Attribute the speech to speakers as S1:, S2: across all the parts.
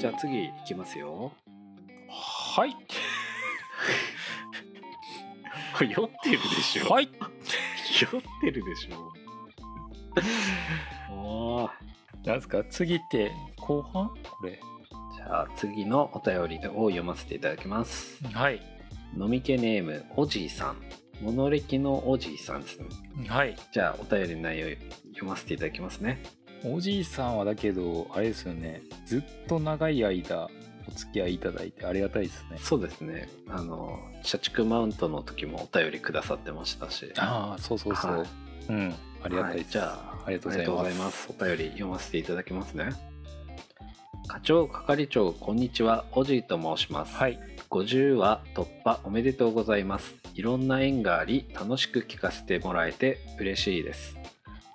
S1: じゃあ次いきますよ。
S2: はい
S1: 酔ってるでしょ。
S2: はい
S1: 酔ってるでしょ。おー
S2: なんですか次って後半これ
S1: じゃあ次のお便りを読ませていただきます。
S2: はい
S1: 飲み家ネームおじいさん。モノレキのおじいさんですね。
S2: はい
S1: じゃあお便りの内容読ませていただきますね。
S2: おじいさんはだけどあれですよねずっと長い間お付き合いいただいてありがたいですね
S1: そうですね。あの社畜マウントの時もお便りくださってましたし。
S2: ああそうそうそ
S1: は
S2: う、
S1: い
S2: うんありがたいです、
S1: はいじゃあ
S2: ありがとうございます
S1: お便り読ませていただきますね。課長係長こんにちはおじいと申します。
S2: はい
S1: 50話突破おめでとうございますいろんな縁があり楽しく聞かせてもらえて嬉しいです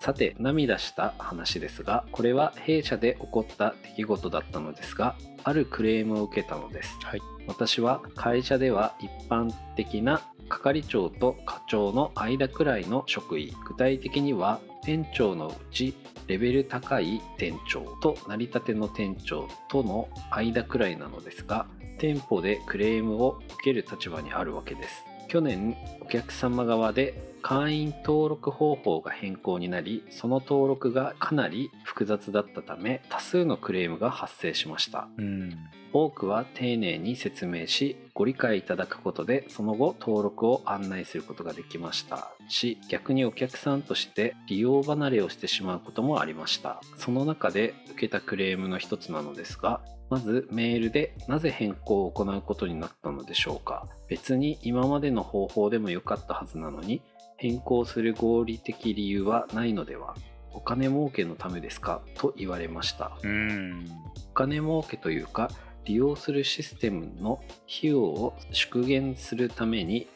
S1: さて涙した話ですがこれは弊社で起こった出来事だったのですがあるクレームを受けたのです、
S2: はい
S1: 私は会社では一般的な係長と課長の間くらいの職位具体的には店長のうちレベル高い店長と成り立ての店長との間くらいなのですが店舗でクレームを受ける立場にあるわけです去年お客様側で会員登録方法が変更になりその登録がかなり複雑だったため多数のクレームが発生しました
S2: うん
S1: 多くは丁寧に説明しご理解いただくことでその後登録を案内することができましたし逆にお客さんとして利用離れをしてしまうこともありましたその中で受けたクレームの一つなのですがまずメールでなぜ変更を行うことになったのでしょうか別に今までの方法でも良かったはずなのに変更する合理的理由はないのではお金儲けのためですかと言われました
S2: うん
S1: お金儲けというか利用するシステムの費用を縮減するために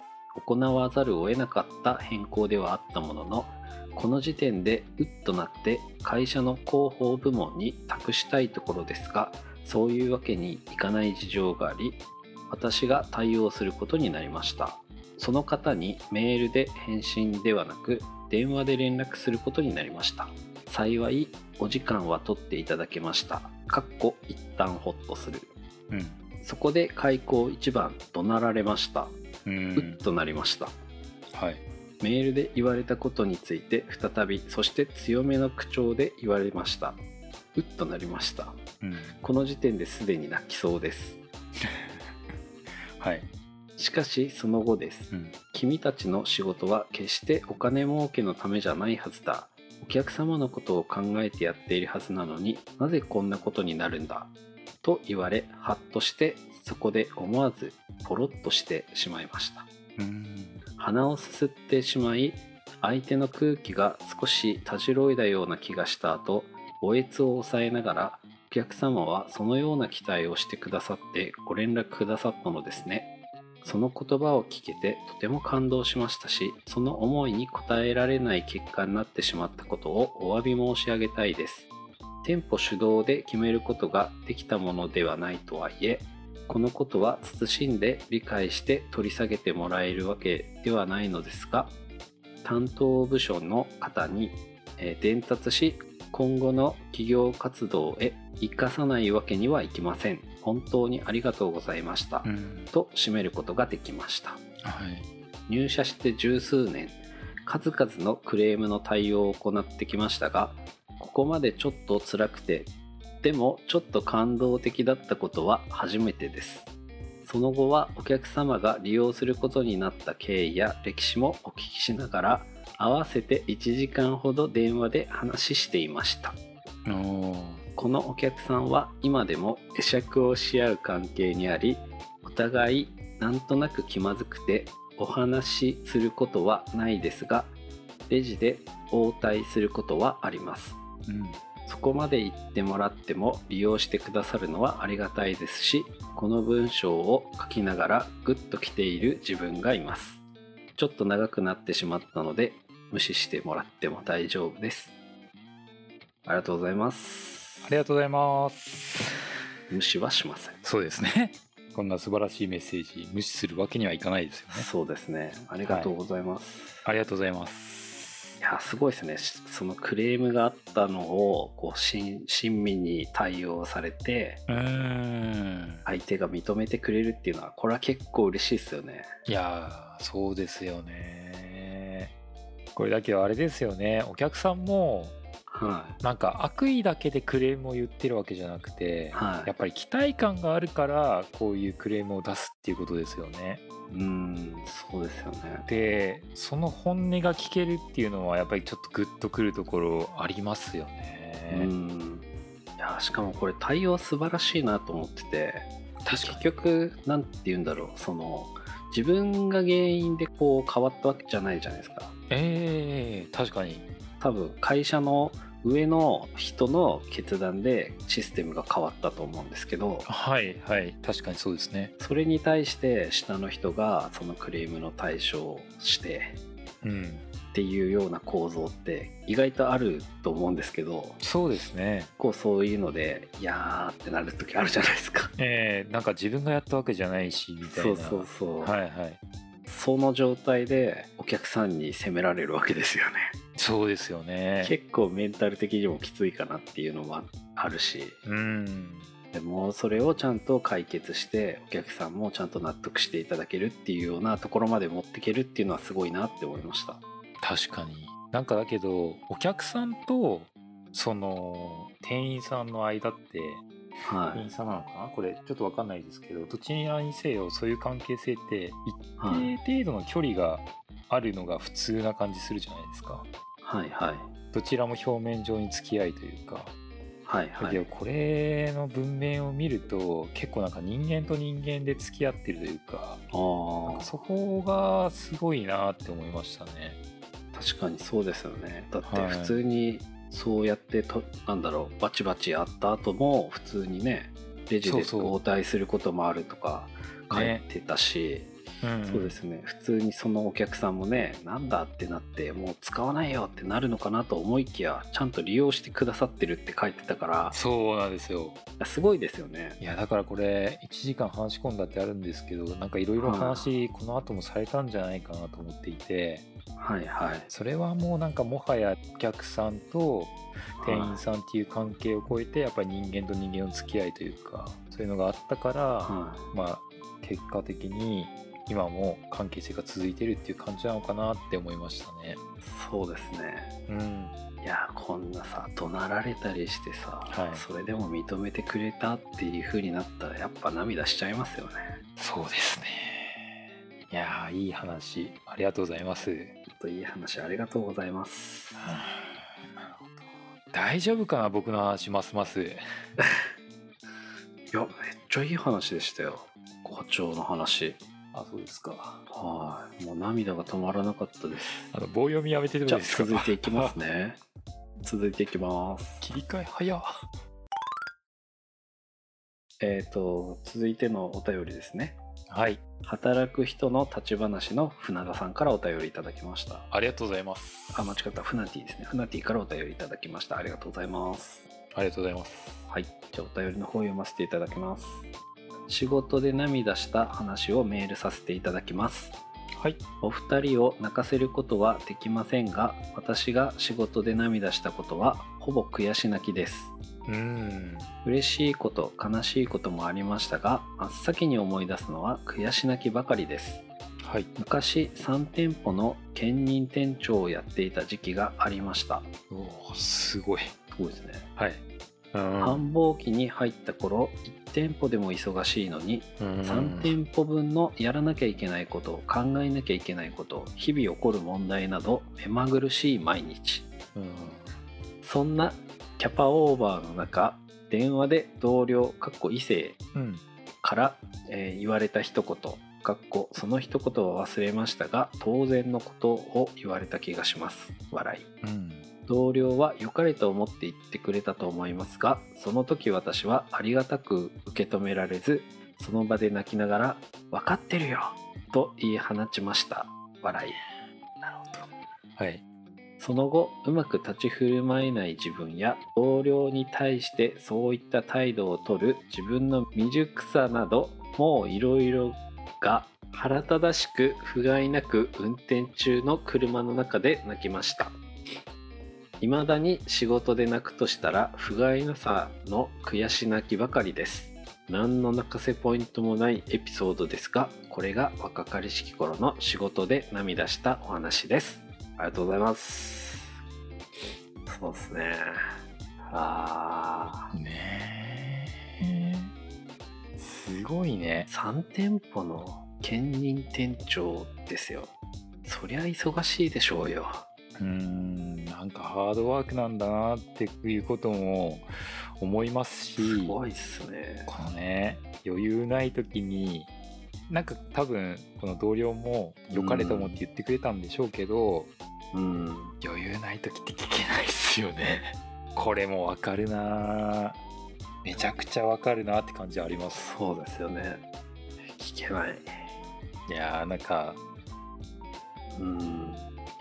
S1: 行わざるを得なかった変更ではあったもののこの時点でウッとなって会社の広報部門に託したいところですがそういうわけにいかない事情があり私が対応することになりましたその方にメールで返信ではなく電話で連絡することになりました幸いお時間は取っていただけましたかっこ一旦ホッとする
S2: うん
S1: そこで開口一番怒鳴られました
S2: う
S1: うんっとなりました
S2: はい
S1: メールで言われたことについて再びそして強めの口調で言われましたうっとなりました
S2: うん
S1: この時点ですでに泣きそうです
S2: はい
S1: しかしその後です
S2: うん
S1: 君たちの仕事は決してお金儲けのためじゃないはずだお客様のことを考えてやっているはずなのになぜこんなことになるんだと言われハッとしてそこで思わずポロッとしてしまいました
S2: うん
S1: 鼻をすすってしまい相手の空気が少したじろいだような気がした後おえつを抑えながらお客様はそのような期待をしてくださってご連絡くださったのですねその言葉を聞けてとても感動しましたしその思いに応えられない結果になってしまったことをお詫び申し上げたいです店舗主導で決めることができたものではないとはいえこのことは慎んで理解して取り下げてもらえるわけではないのですが担当部署の方にえー伝達し今後の企業活動へ生かさないわけにはいきません本当にありがとうございました、
S2: うん
S1: と締めることができました
S2: はい
S1: 入社して十数年数々のクレームの対応を行ってきましたがここまでちょっと辛くてでもちょっと感動的だったことは初めてですその後はお客様が利用することになった経緯や歴史もお聞きしながら合わせて1時間ほど電話で話していました
S2: おー
S1: このお客さんは今でも会釈をし合う関係にありお互いなんとなく気まずくてお話しすることはないですがレジで応対することはあります
S2: うん
S1: そこまで言ってもらっても利用してくださるのはありがたいですしこの文章を書きながらグッときている自分がいますちょっと長くなってしまったので無視してもらっても大丈夫ですありがとうございます
S2: ありがとうございます
S1: 無視はしません
S2: そうですね こんな素晴らしいメッセージ無視するわけにはいかないですよね
S1: そうですねありがとうございます、
S2: ありがとうございます
S1: いやすごいですねしそのクレームがあったのをこう親親身に対応されて
S2: うん
S1: 相手が認めてくれるっていうのはこれは結構嬉しいですよね
S2: いやーそうですよねこれだけどあれですよねお客さんも
S1: はい
S2: なんか悪意だけでクレームを言ってるわけじゃなくて
S1: はい
S2: やっぱり期待感があるからこういうクレームを出すっていうことですよね
S1: うんそうですよね
S2: でその本音が聞けるっていうのはやっぱりちょっとグッとくるところありますよ
S1: う
S2: ね、
S1: んいやしかもこれ対応素晴らしいなと思ってて
S2: 確
S1: 結局なんて言うんだろうその自分が原因でこう変わったわけじゃないじゃないですか
S2: ええ確かに
S1: 多分会社の上の人の決断でシステムが変わったと思うんですけど
S2: はいはい確かにそうですね
S1: それに対して下の人がそのクレームの対処をして
S2: うん
S1: っていうような構造って意外とあると思うんですけど
S2: そうですね
S1: こうそういうのでいやーってなる時あるじゃないですか。
S2: ええなんか自分がやったわけじゃないし みた
S1: そ
S2: いな
S1: うそうそう、
S2: はいはい
S1: その状態でお客さんに責められるわけですよね
S2: そうですよね
S1: 結構メンタル的にもきついかなっていうのもあるし
S2: うん
S1: でもそれをちゃんと解決してお客さんもちゃんと納得していただけるっていうようなところまで持っていけるっていうのはすごいなって思いました
S2: 確かになんかだけどお客さんとその店員さんの間って
S1: は
S2: 店
S1: い、
S2: 員さんなのかなこれちょっと分かんないですけどどちらにせよそういう関係性って
S1: はい、
S2: 一定程度の距離があるのが普通な感じするじゃないですか
S1: はいはい
S2: どちらも表面上に付き合いというか、
S1: はい
S2: だ
S1: は
S2: けど
S1: い
S2: これの文面を見ると結構なんか人間と人間で付き合ってるというか
S1: あー
S2: そこがすごいなって思いましたね
S1: 確かにそうですよねだって
S2: はい
S1: 普通にそうやってとなんだろうバチバチやった後も普通にねレジで
S2: そうそう
S1: 交代することもあるとか書い
S2: ね
S1: てたし、そうですね普通にそのお客さんもねなんだってなってもう使わないよってなるのかなと思いきやちゃんと利用してくださってるって書いてたから
S2: そうなんですよ
S1: すごいですよね
S2: いやだからこれ1時間話し込んだってあるんですけどなんかいろいろ話この後もされたんじゃないかなと思っていて
S1: はいはい
S2: それはもうなんかもはやお客さんと店員さんっていう関係を超えてやっぱり人間と人間の付き合いというかそういうのがあったから、
S1: は
S2: まあ結果的に今も関係性が続いてるっていう感じなのかなって思いました
S1: い
S2: ね。
S1: そうですね
S2: うん、
S1: いやこんなさ怒鳴られたりしてさ、
S2: はい
S1: それでも認めてくれたっていう風になったらやっぱ涙しちゃいますよね
S2: そうですね。いやーいい話ありがとうございます。
S1: ちょっといい話ありがとうございます
S2: 大丈夫かな僕の話ますます。
S1: いやめっちゃいい話でしたよ校長の話
S2: あそうですか。
S1: はいもう涙が止まらなかったです
S2: あの棒読みやめてで
S1: じ
S2: も
S1: ゃ
S2: い
S1: あ
S2: いですか。
S1: 続いていきますね続いていきます
S2: 切り替え早っ。
S1: えっ、と続いてのお便りですね
S2: はい
S1: 働く人の立ち話の船田さんからお便りいただきました
S2: ありがとうございます。
S1: あ間違った船ナティですね船ナティからお便りいただきましたありがとうございます
S2: ありがとうございます。
S1: はいじゃあお便りの方を読ませていただきます仕事で涙した話をメールさせていただきます
S2: はい。
S1: お二人を泣かせることはできませんが私が仕事で涙したことはほぼ悔し泣きです
S2: うーん。
S1: 嬉しいこと悲しいこともありましたが真っ先に思い出すのは悔し泣きばかりです
S2: はい。
S1: 昔3店舗の兼任店長をやっていた時期がありました
S2: おおすごい。
S1: すごいですね、
S2: はい。うん。
S1: 繁忙期に入った頃1店舗でも忙しいのに3
S2: 三
S1: 店舗分のやらなきゃいけないこと考えなきゃいけないこと日々起こる問題など目まぐるしい毎日そんなキャパオーバーの中電話で同僚かっこ異性
S2: うん。
S1: から、えー言われた一言かっこその一言は忘れましたが当然のことを言われた気がします笑い
S2: うん。
S1: 同僚は良かれと思って言ってくれたと思いますがその時私はありがたく受け止められずその場で泣きながら「分かってるよ!」と言い放ちました笑い
S2: はい。
S1: その後うまく立ち振る舞えない自分や同僚に対してそういった態度をとる自分の未熟さなどもういろいろが腹立たしく不甲斐なく運転中の車の中で泣きましたいまだに仕事で泣くとしたら不甲斐なさの悔し泣きばかりです何の泣かせポイントもないエピソードですがこれが若かりしき頃の仕事で涙したお話ですありがとうございますそうですねあ
S2: ねえすごいね
S1: 3店舗の兼任店長ですよそりゃ忙しいでしょうよ
S2: うーんなんかハードワークなんだなっていうことも思いますし
S1: すごいっすね
S2: このね余裕ない時になんか多分この同僚も良かれと思って言ってくれたんでしょうけど、
S1: うん
S2: 余裕ない時って聞けないっすよねこれもわかるなめちゃくちゃわかるなって感じあります
S1: そうですよね聞けない
S2: いやーなんか
S1: うんい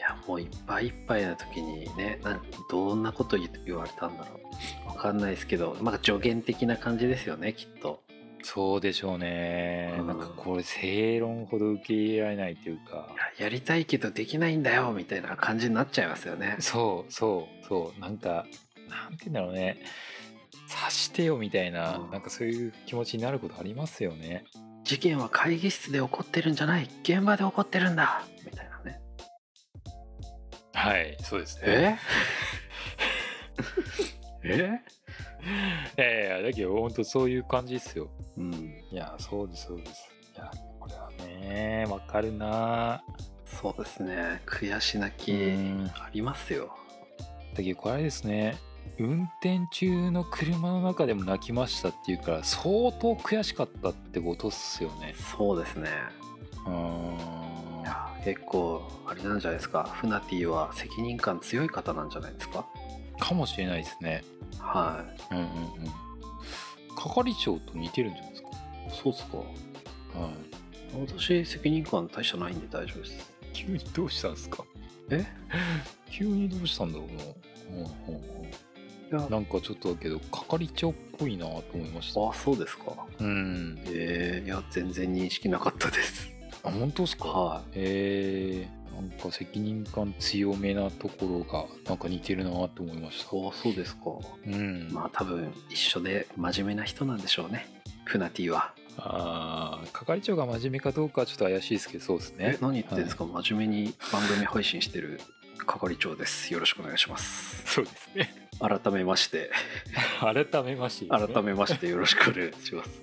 S1: やもういっぱいいっぱいな時にねなんどんなこと言言われたんだろうわかんないですけどなんか助言的な感じですよねきっと
S2: そうでしょうね、
S1: うん
S2: なんかこれ正論ほど受け入れられないというか
S1: いややりたいけどできないんだよみたいな感じになっちゃいますよね
S2: そうそうそうなんかなんて言うんだろうね察してよみたいな、
S1: うん
S2: なんかそういう気持ちになることありますよね
S1: 事件は会議室で起こってるんじゃない現場で起こってるんだみたいなね
S2: はいそうです
S1: ええ
S2: い やいやだけど本当そういう感じですよ
S1: うん
S2: いやそうですそうですいやこれはねわかるな
S1: そうですね悔し泣き
S2: うん
S1: ありますよ
S2: だけどこれあれですね運転中の車の中でも泣きましたっていうから相当悔しかったってことっすよね
S1: そうですね
S2: うーん
S1: いや結構あれなんじゃないですかフナティは責任感強い方なんじゃないですか
S2: かもしれないですね
S1: は
S2: うんうんうん係長と似てるんじゃないですか
S1: いそうっすか
S2: うん
S1: 私責任感大したないんで大丈夫です
S2: 急にどうしたんですか
S1: え
S2: 急にどうしたんだろうなうんうんうん
S1: いや
S2: なんかちょっとだけど係長っぽいなと思いました
S1: あそうですか
S2: うん
S1: えー、いや全然認識なかったです
S2: あ本当ですか
S1: は
S2: えー、なんか責任感強めなところがなんか似てるなと思いまし
S1: い
S2: た
S1: そうそうですか
S2: うん、
S1: まあ多分一緒で真面目な人なんでしょうねフナティは
S2: あー係長が真面目かどうかはちょっと怪しいですけどそうです
S1: え
S2: ね
S1: 何言ってんですか、真面目に番組配信してる係長ですよろしくお願いします
S2: そうですね
S1: 改めまして
S2: 改めましてですね、
S1: 改めましてよろしくお願いします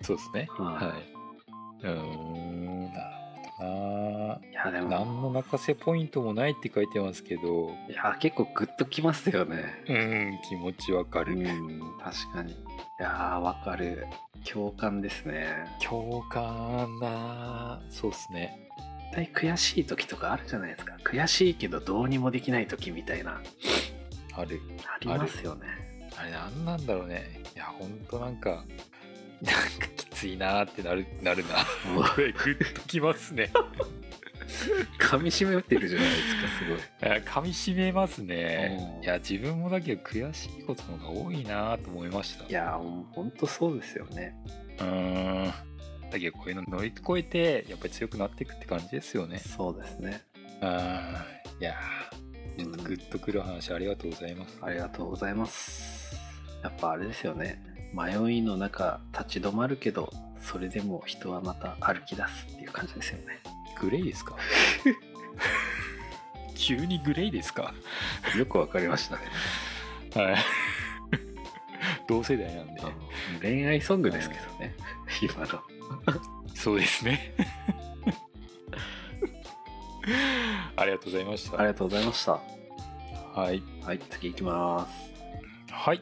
S2: そうですね
S1: はい
S2: はいうーんなる
S1: いやで
S2: ほどな
S1: も
S2: 何の泣かせポイントもないって書いてますけど
S1: いや結構グッときますよね
S2: うん気持ちわか
S1: う
S2: る、
S1: ん確かにいやーわかる共感ですね
S2: 共感なそうですね
S1: 絶対悔しい時とかあるじゃないですか悔しいけどどうにもできない時みたいな
S2: ある
S1: ありますよね
S2: あれなんなんだろうねいやほんとなんかなんかきついなーってなるなるな
S1: もう
S2: これグッときますね
S1: 噛み締めてるじゃないですかすごい
S2: 噛みしめますね
S1: うん
S2: いや自分もだけど悔しいことの方が多いなーと思いました
S1: いやーほんとそうですよね
S2: うーんだけどこういうの乗り越えてやっぱり強くなっていくって感じですよね
S1: そうですね
S2: うんいやーちょっとグッとくる話ありがとうございます、
S1: ありがとうございます。やっぱあれですよね。迷いの中立ち止まるけど、それでも人はまた歩き出すっていう感じですよね。
S2: グレイですか 急にグレイですか
S1: よくわかりま したね。
S2: はい 同世代なんで
S1: 恋愛ソングですけどね。今の。
S2: そうですねありがとうございました
S1: ありがとうございました。
S2: はい
S1: はい、次行きます。
S2: はい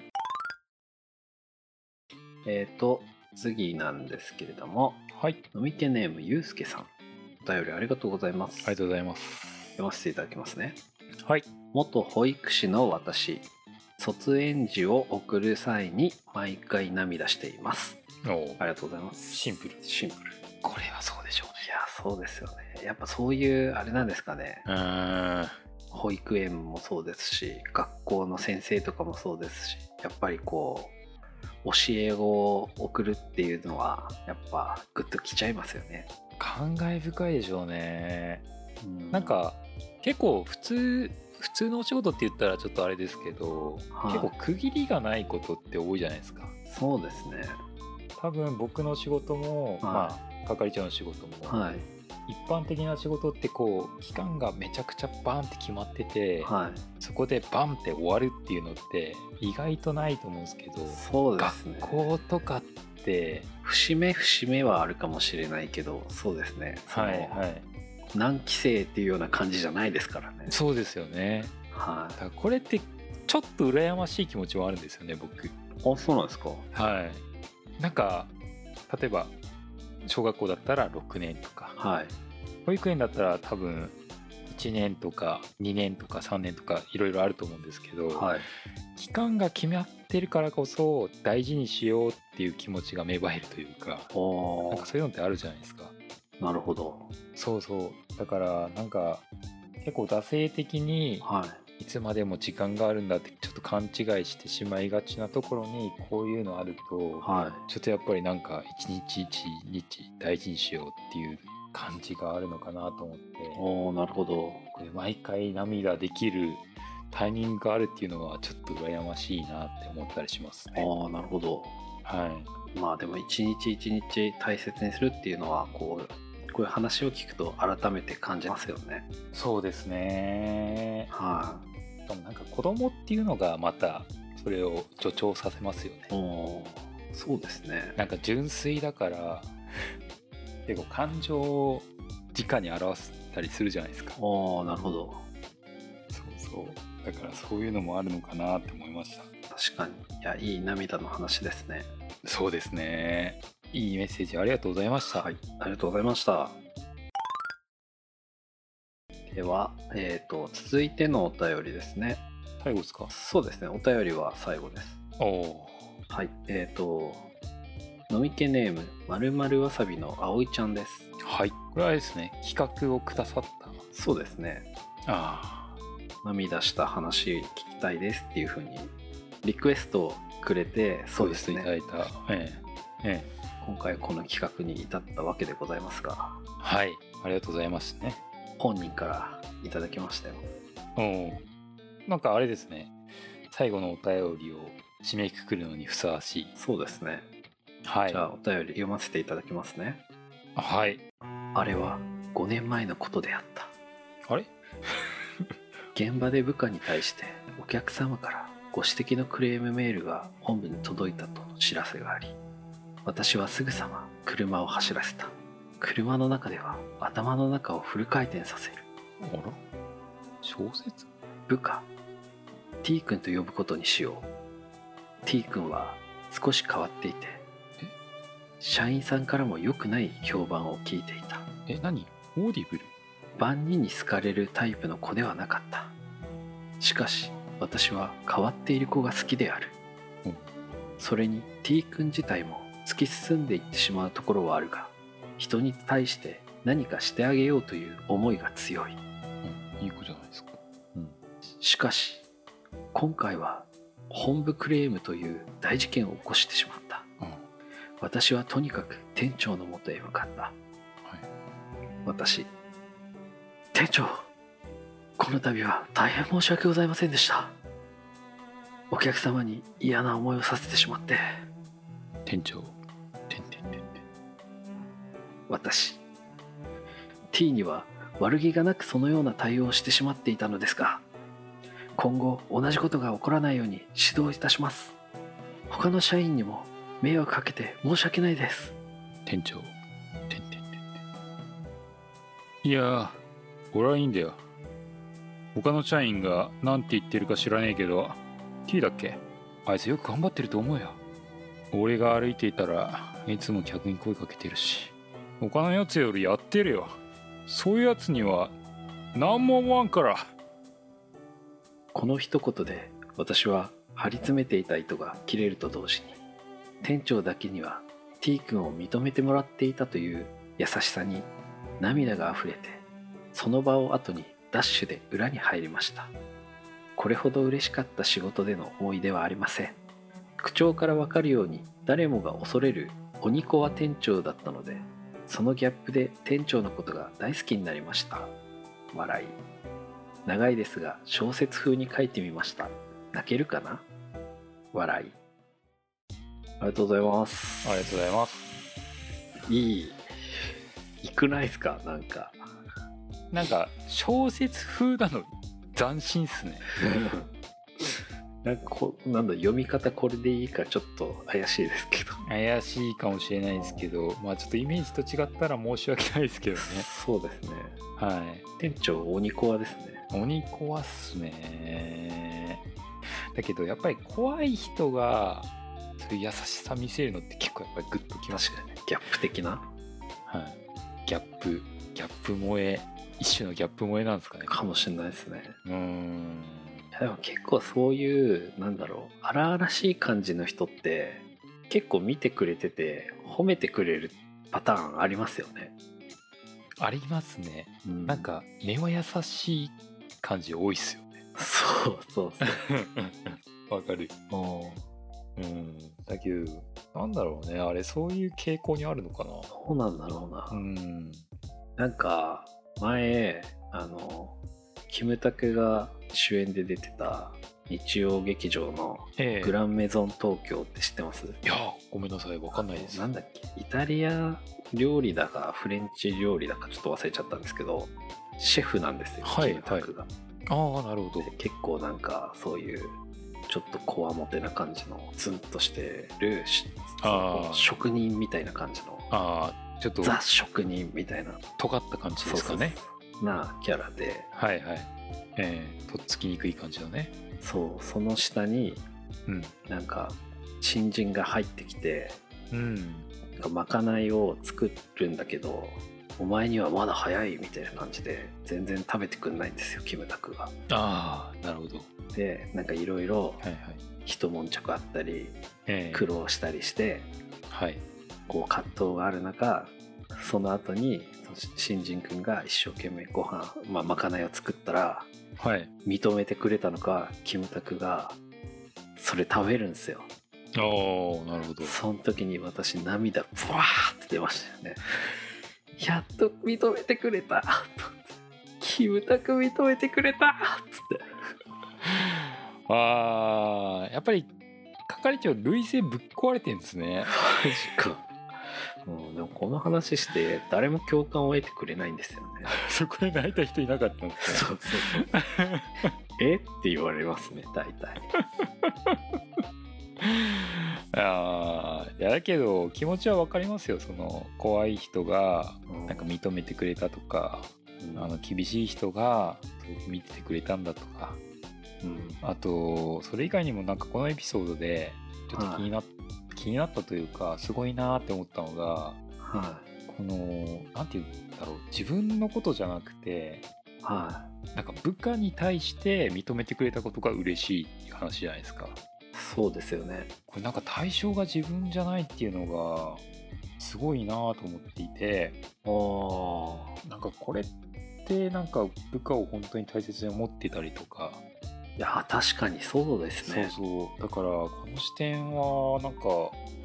S1: えっ、ー、と、次なんですけれども、
S2: はい
S1: 飲み手ネームゆうすけさん。お便りありがとうございます。
S2: ありがとうございます
S1: 読ませていただきますね。
S2: はい
S1: 元保育士の私卒園児を送る際に毎回涙しています
S2: おお
S1: ありがとうございます
S2: シンプル
S1: シンプルい
S2: これはそうでしょ
S1: やそうですよねやっぱそういうあれなんですかね
S2: うねうん
S1: 保育園もそうですし学校の先生とかもそうですしやっぱりこう教えを送るっていうのはやっぱグッときちゃいますよね、
S2: 感慨深いでしょうね
S1: う
S2: なんか結構普通普通のお仕事って言ったらちょっとあれですけど、
S1: はい
S2: 結構区切りがないことって多いじゃないですか
S1: そうですね
S2: 多分僕の仕事も、まあ係長の仕事も、
S1: はい
S2: 一般的な仕事ってこう期間がめちゃくちゃバンって決まってて、
S1: はい
S2: そこでバンって終わるっていうのって意外とないと思うんですけど
S1: そうですね
S2: 学校とかって
S1: 節目節目はあるかもしれないけどそうですねその、
S2: はい
S1: 何期生っていうような感じじゃないですからね
S2: そうですよね
S1: は
S2: だからこれってちょっと羨ましい気持ちもあるんですよね僕
S1: いあそうなんですか
S2: はいなんか例えば小学校だったら6年とか
S1: はい
S2: 保育園だったら多分1年とか2年とか3年とかいろいろあると思うんですけど、
S1: はい
S2: 期間が決まってるからこそ大事にしようっていう気持ちが芽生えるというか
S1: お
S2: なん
S1: ー
S2: かそういうのってあるじゃないですか
S1: なるほど
S2: そうそうだからなんか結構惰性的に
S1: はい
S2: いつまでも時間があるんだってちょっと勘違いしてしまいがちなところにこういうのあると
S1: は
S2: ちょっとやっぱりなんか一日一日大事にしようっていう感じがあるのかなと思って
S1: いおーなるほど
S2: これ毎回涙できるタイミングがあるっていうのはちょっと羨ましいなって思ったりしますね。
S1: ああなるほど
S2: はい
S1: まあでも一日一日大切にするっていうのはこうこういう話を聞くと改めて感じますよね
S2: そうですね
S1: は
S2: しかもなんか子供っていうのがまたそれを助長させますよね
S1: いおーそうですね
S2: なんか純粋だから結構感情を直に表したりするじゃないですかそう
S1: おーなるほど
S2: そうだからそういうのもあるのかなって思いました
S1: 確かにいやいい涙の話ですね
S2: そうですねいいメッセージありがとうございました
S1: はいありがとうございましたでは、えー、と続いてのお便りですね
S2: 最後ですか
S1: そうですねお便りは最後です
S2: おお
S1: はいえー、と飲み家ネームまるまるわさびのあおいちゃんです
S2: はいこれはですね企画をくださった
S1: そうですね
S2: あ
S1: 涙した話聞きたいですっていうふうにリクエストをくれて
S2: あ
S1: そうです
S2: いただ
S1: ね
S2: いたええええ
S1: 今回この企画に至ったわけでございますが
S2: はいありがとうございますね
S1: 本人からいただきましたよ
S2: うんなんかあれですね最後のお便りを締めくくるのにふさわしい
S1: そうですね
S2: はい
S1: じゃあお便り読ませていただきますね
S2: はい
S1: あれは5年前のことであった
S2: あれ
S1: 現場で部下に対してお客様からご指摘のクレームメールが本部に届いたとの知らせがあり私はすぐさま車を走らせた車の中では頭の中をフル回転させる
S2: あら小説
S1: 部下 T 君と呼ぶことにしよう T 君は少し変わっていて社員さんからも良くない評判を聞いていた
S2: え何オーディブル
S1: 万人に好かれるタイプの子ではなかったしかし私は変わっている子が好きである、
S2: うん
S1: それに T 君自体も突き進んでいってしまうところはあるが人に対して何かしてあげようという思いが強い
S2: うんいい子じゃないですか
S1: しかし今回は本部クレームという大事件を起こしてしまった
S2: うんは
S1: 私はとにかく店長のもとへ向かった私店長この度は大変申し訳ございませんでしたお客様に嫌な思いをさせてしまって
S2: い店長てんてんてんてん
S1: 私 T には悪気がなくそのような対応をしてしまっていたのですが今後同じことが起こらないように指導いたします他の社員にも迷惑かけて申し訳ないです
S2: 店長てんてんてんてんいやー俺はいいんだよ他の社員が何て言ってるか知らねえけど T だっけあいつよく頑張ってると思うよ俺が歩いていたらいつも客に声かけてるし他のやつよりやってるよそういうやつには何も思わんから
S1: この一言で私は張り詰めていた糸が切れると同時に店長だけには T 君を認めてもらっていたという優しさに涙があふれてその場を後にダッシュで裏に入りましたこれほど嬉しかった仕事での思い出はありません口調からわかるように誰もが恐れる鬼子は店長だったのでそのギャップで店長のことが大好きになりました笑い長いですが小説風に書いてみました泣けるかな笑いありがとうございます
S2: ありがとうございます
S1: いいいくないですかなんか
S2: なんか小説風なの斬新っすね
S1: なんかこなんだ読み方これでいいかちょっと怪しいですけど
S2: 怪しいかもしれないですけどまあちょっとイメージと違ったら申し訳ないですけどね
S1: そうですね
S2: はい
S1: 店長鬼コアですね
S2: 鬼怖っすねだけどやっぱり怖い人がそういう優しさ見せるのって結構やっぱりグッときます
S1: 確かにギャップ的な
S2: はい、ギャップギャップ萌え一種のギャップ萌えなんですかね
S1: かもしれないですね
S2: うーん
S1: いやでも結構そういうなんだろう荒々しい感じの人って結構見てくれてて褒めてくれるパターンありますよね、
S2: ありますね
S1: うん
S2: なんか目は優しい感じ多いっすよね
S1: そうそうそう
S2: わかるうんだけどなんだろうねあれそういう傾向にあるのか
S1: そうなんだろうな、
S2: なうん
S1: なんか前あのキムタクが主演で出てた日曜劇場の「
S2: ええ
S1: グランメゾン東京」って知ってます、
S2: いやごめんなさいわかんないです
S1: なんだっけイタリア料理だかフレンチ料理だかちょっと忘れちゃったんですけどシェフなんですよ、
S2: はい
S1: キムタクが、
S2: ああなるほど
S1: で結構なんかそういうちょっとこわもてな感じのツンとしてるし
S2: あー
S1: 職人みたいな感じの
S2: ああちょっと
S1: ザ職人みたいな
S2: 尖った感じですかね
S1: そうそうそうなキャラで
S2: はいはいええとっつきにくい感じのね
S1: そうその下に
S2: うん
S1: なんか新人が入ってきて
S2: うん
S1: なんかまかないを作るんだけどお前にはまだ早いみたいな感じで全然食べてくんないんですよキムタクが。
S2: ああなるほどは
S1: でなんかいろいろ
S2: いはい
S1: 一悶着あったり
S2: ええ
S1: 苦労したりして
S2: はい
S1: こう葛藤がある中その後にその新人君が一生懸命ご飯、まあ、まかないを作ったら
S2: はい
S1: 認めてくれたのかキムタクがそれ食べるんですよ。
S2: ああなる ほど
S1: その時に私涙ブワーって出ましたよねやっと認めてくれたと思ってキムタク認めてくれたつって
S2: ああやっぱり係長類性ぶっ壊れてんですね
S1: マジかもうでもこの話して誰も共感を得てくれないんですよね
S2: そこで泣いた人いなかったんです
S1: そうそうそう えって言われますね大体
S2: ねああいやだけど気持ちは分かりますよその怖い人がなんか認めてくれたとか
S1: うん
S2: あの厳しい人がそう見ててくれたんだとか
S1: うん
S2: あとそれ以外にもなんかこのエピソードでちょっと気にな,、気になったというかすごいなーって思ったのが
S1: は
S2: このなんて言うんだろう自分のことじゃなくて
S1: いは
S2: なんか部下に対して認めてくれたことが嬉しいっていう話じゃないですか
S1: いそうですよね
S2: これなんか対象が自分じゃないっていうのがすごいなーと思っていて
S1: あー
S2: なんかこれってなんか部下を本当に大切に思ってたりとか
S1: いや確かにそうです
S2: そう
S1: ね
S2: そうだからこの視点はなんか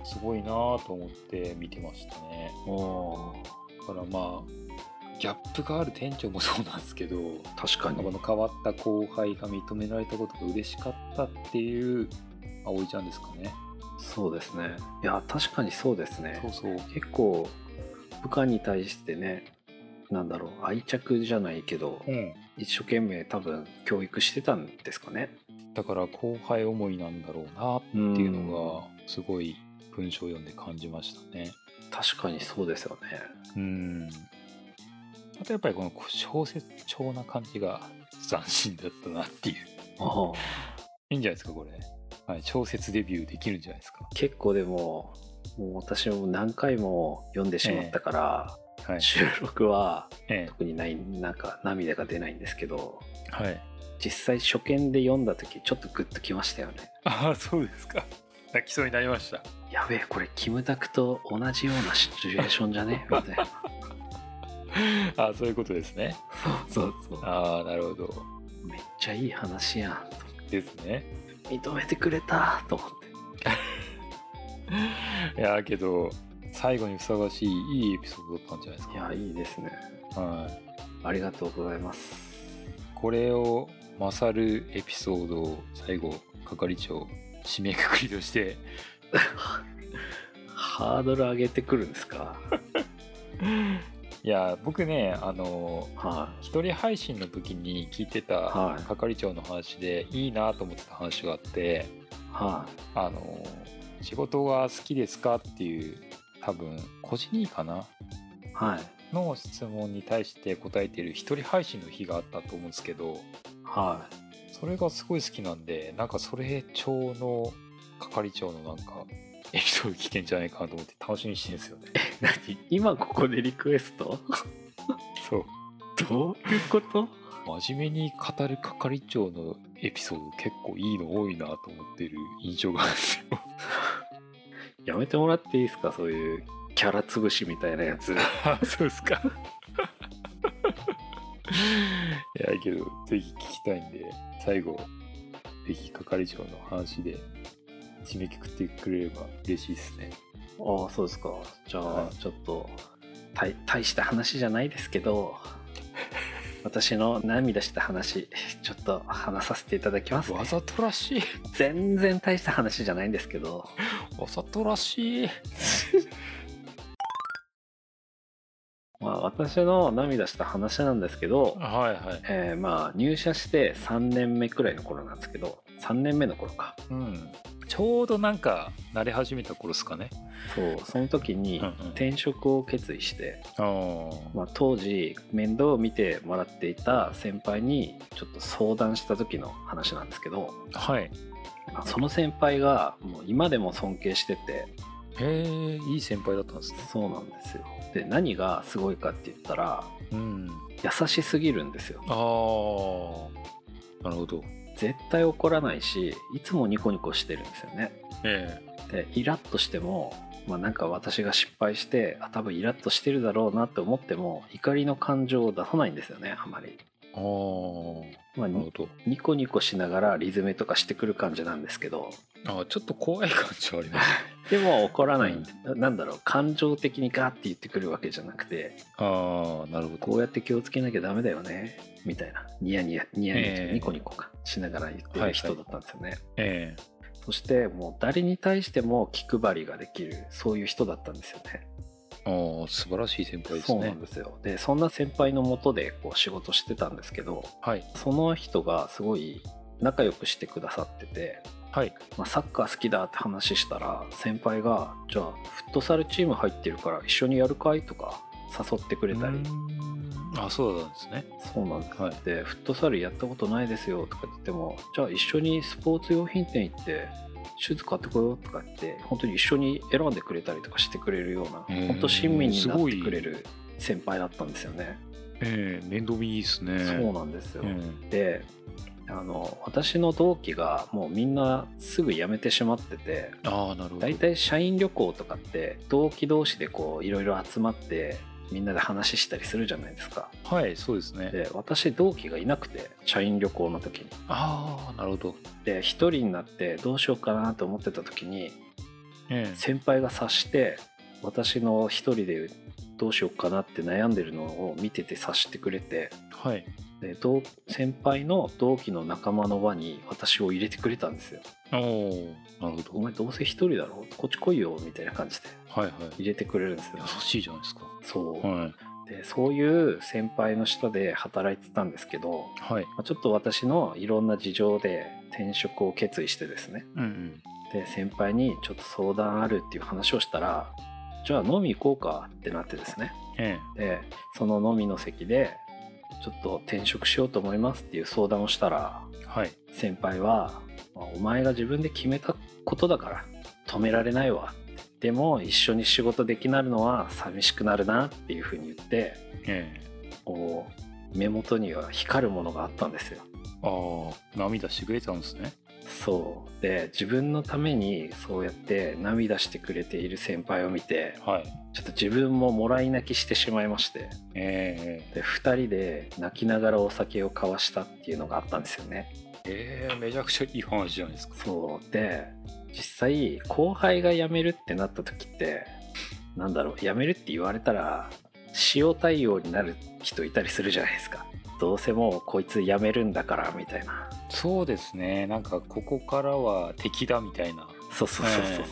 S2: すごいなぁと思って見てましたね
S1: おー
S2: だからまあギャップがある店長もそうなんですけど
S1: 確か
S2: なんかこ
S1: に
S2: の変わった後輩が認められたことが嬉しかったっていう葵ちゃんですかね
S1: そうですねいや確かにそうですね
S2: そうそう
S1: 結構部下に対してねなんだろう愛着じゃないけど
S2: うん
S1: 一生懸命多分教育してたんですかね
S2: だから後輩思いなんだろうなっ
S1: うん
S2: ていうのがすごい文章を読んで感じましたね
S1: 確かにそうですよね
S2: うんあとやっぱりこの小説調な感じが斬新だったなっていう
S1: ああ
S2: いいんじゃないですか、これ。はい、小説デビューできるんじゃないですか。
S1: 結構でももう私も何回も読んでしまったから、
S2: はい。
S1: 収録は
S2: え
S1: 特にないなんか涙が出ないんですけど
S2: え、はい。
S1: 実際初見で読んだ時ちょっとグッときましたよね
S2: ああ、そうですか。泣きそうになりました。
S1: やべえこれキムタクと同じようなシチュエーションじゃ ねみたいな
S2: ああ、そういうことですね。
S1: そうそう
S2: ああ、なるほど。
S1: めっちゃいい話やんと
S2: ですね。
S1: 認めてくれたと思って
S2: いやー、けど、最後にふさわしい、いいエピソードだったんじゃないです
S1: いや
S2: か。
S1: いいですね
S2: はい。
S1: ありがとうございます
S2: ここれを勝るエピソードを最後係長締めくくりとして
S1: ハードル上げてくるんですか
S2: いや僕ねあの
S1: は
S2: 一人配信の時に聞いてた
S1: はい
S2: 係長の話でいいなと思ってた話があって
S1: い、は、
S2: あの仕事が好きですかっていう多分個人いいかない
S1: はい、
S2: の質問に対して答えている一人配信の日があったと思うんですけど
S1: は
S2: それがすごい好きなんでなんかそれ調の係長のなんかエピソード聞けんじゃないかなと思って楽しみにしてるんですよね
S1: い。何今ここでリクエスト
S2: そう
S1: どういうこと
S2: 真面目に語る係長のエピソード結構いいの多いなと思ってる印象があるんですよ
S1: やめてもらっていいですかそういうキャラ潰しみたいなや つ。
S2: あそうですかいやけどぜひ聞きたいんで最後ぜひ係長の話で締めくくってくれれば嬉しいですね
S1: ああそうですかじゃあ、
S2: はい
S1: ちょっと大大した話じゃないですけ ど私の涙した話ちょっと話させていただきますね、
S2: わざとらしい
S1: 全然大した話じゃないんですけ ど
S2: わざとらしい
S1: まあ私の涙した話なんですけど、
S2: はいはい
S1: えーまあ入社して3年目くらいの頃なんですけど3年目の頃か
S2: うん、ちょうどなんか慣れ始めた頃ですかね。
S1: そうその時に
S2: うんうん
S1: 転職を決意して、
S2: ああ、
S1: まあ、当時面倒を見てもらっていた先輩にちょっと相談した時の話なんですけど、
S2: はい。
S1: その先輩がもう今でも尊敬してて
S2: へえ、いい先輩だったんですね。
S1: そうなんですよで何がすごいかって言ったら
S2: うん。
S1: 優しすぎるんですよ
S2: ああ、なるほど。
S1: 絶対怒らないしいつもニコニコしてるんですよね
S2: え
S1: でイラッとしても、まあ、なんか私が失敗してあ多分イラッとしてるだろうなって思っても怒りの感情を出さないんですよねあまり、
S2: えああ、
S1: まあ、
S2: なる
S1: に
S2: ほど。
S1: ニコニコしながらリズムとかしてくる感じなんですけど
S2: あーちょっと怖い感じはあります。
S1: でも怒らないんで、なんだろう感情的にガーって言ってくるわけじゃなくて
S2: ああ、なるほ
S1: こうやって気をつけなきゃダメだよねみたいなニヤニヤニヤニヤ、
S2: ええ
S1: ニコニコかしながら言って
S2: はいは
S1: る
S2: い
S1: 人だったんですよね、
S2: え
S1: そしてもう誰に対しても気配りができるそういう人だったんですよね
S2: えああ、素晴らしい先輩です
S1: そうな
S2: ね
S1: ん。ですよでそんな先輩のもとでこう仕事してたんですけど
S2: はい。
S1: その人がすごい仲良くしてくださってて、
S2: はい。
S1: まあ、サッカー好きだって話したら先輩が「じゃあフットサルチーム入ってるから一緒にやるかい?」とか誘ってくれたり、
S2: うんあそうなんですね。
S1: そうなんです
S2: はい。
S1: でフットサルやったことないですよとか言ってもじゃあ一緒にスポーツ用品店行ってシューズ買ってこようとか言って本当に一緒に選んでくれたりとかしてくれるような
S2: へー
S1: 本当親身にな
S2: す
S1: っ
S2: ご
S1: て
S2: い
S1: くれる先輩だったんですよね。
S2: ええ面倒見いいですね。
S1: そうなんですよ、
S2: うん
S1: であの私の同期がもうみんなすぐ辞めてしまってて
S2: ああ、なるほど。
S1: 大体社員旅行とかって同期同士でこういろいろ集まってみんなで話したりするじゃないですか。
S2: はい、そうですね。
S1: で私同期がいなくて社員旅行の時に。
S2: ああ、なるほど。
S1: で一人になってどうしようかなと思ってた時に
S2: ええ
S1: 先輩が察して私の一人でどうしようかなって悩んでるのを見てて察してくれて
S2: はい。
S1: で同先輩の同期の仲間の輪に私を入れてくれたんですよ
S2: おお、なる
S1: 「お
S2: ほど。
S1: 前どうせ一人だろこっち来いよ」みたいな感じで
S2: はいはい。
S1: 入れてくれるん ですよ
S2: 優しいじゃないですか。
S1: そう、
S2: はい。
S1: でそういう先輩の下で働いてたんですけど
S2: はい。
S1: まあちょっと私のいろんな事情で転職を決意してですね
S2: うん
S1: で先輩にちょっと相談あるっていう話をしたらじゃあ飲み行こうかってなってですね
S2: うん。え
S1: でその飲みの席でちょっと転職しようと思いますっていう相談をしたら
S2: え。はい。
S1: 先輩は「まあお前が自分で決めたことだから止められないわ」でも一緒に仕事できなるのは寂しくなるなっていうふうに言って
S2: ええ。
S1: こう目元には光るものがあったんですよ。
S2: ああ、涙してくれたんですね。
S1: そうで自分のためにそうやって涙してくれている先輩を見て
S2: はい。
S1: ちょっと自分ももらい泣きしてしまいまして
S2: え
S1: で2人で泣きながらお酒を交わしたっていうのがあったんですよね
S2: え。ええ、めちゃくちゃいい話じゃないですか。
S1: そうで実際後輩が辞めるってなった時ってなんだろう辞めるって言われたら塩対応になる人いたりするじゃないですかどうせもうこいつ辞めるんだからみたいな
S2: そうですねなんかここからは敵だみたいな
S1: そうそうそうそうそう、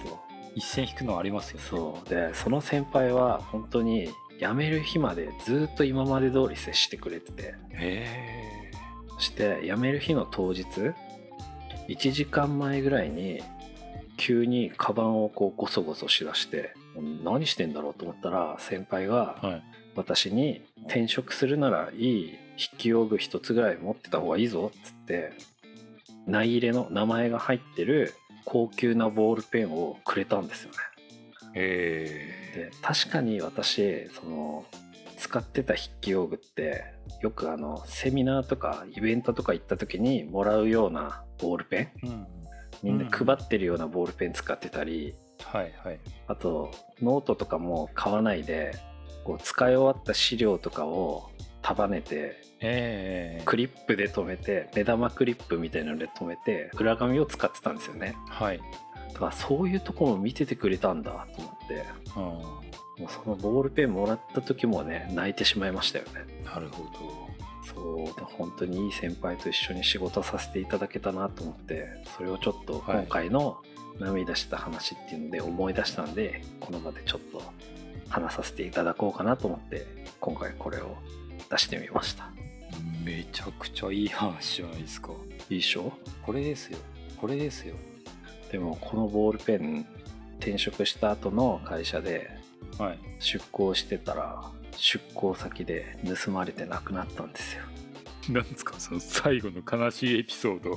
S2: 一線引くのはありますよね
S1: そうでその先輩は本当に辞める日までずっと今まで通り接してくれてて
S2: へえ
S1: そして辞める日の当日1時間前ぐらいに急にカバンをこうゴソゴソしだして何してんだろうと思ったら先輩が
S2: はい
S1: 私に転職するならいい筆記用具一つぐらい持ってた方がいいぞっつって内入れの名前が入ってる高級なボールペンをくれたんですよね。
S2: え
S1: で確かに私その使ってた筆記用具ってよくあのセミナーとかイベントとか行った時にもらうようなボールペン
S2: えうん
S1: みんな配ってるようなボールペン使ってたり、
S2: はいはい
S1: あとノートとかも買わないでこう使い終わった資料とかを束ねて
S2: ええ
S1: クリップで留めて目玉クリップみたいなので留めて裏紙を使ってたんですよね
S2: はい、
S1: だからそういうとこも見ててくれたんだと思って
S2: う
S1: もうそのボールペンもらった時もね泣いてしまいましたよね
S2: ん、なるほど
S1: そうで本当にいい先輩と一緒に仕事させていただけたなと思ってそれをちょっと今回の涙した話っていうので思い出したんで、この場でちょっと話させていただこうかなと思って今回これを出してみました
S2: めちゃくちゃいい話じゃないですか
S1: いいでしょ
S2: これですよこれですよ
S1: でもこのボールペン転職した後の会社で
S2: はい
S1: 出向してたら出向先で盗まれてなくなったんですよ
S2: なんですかその最後の悲しいエピソード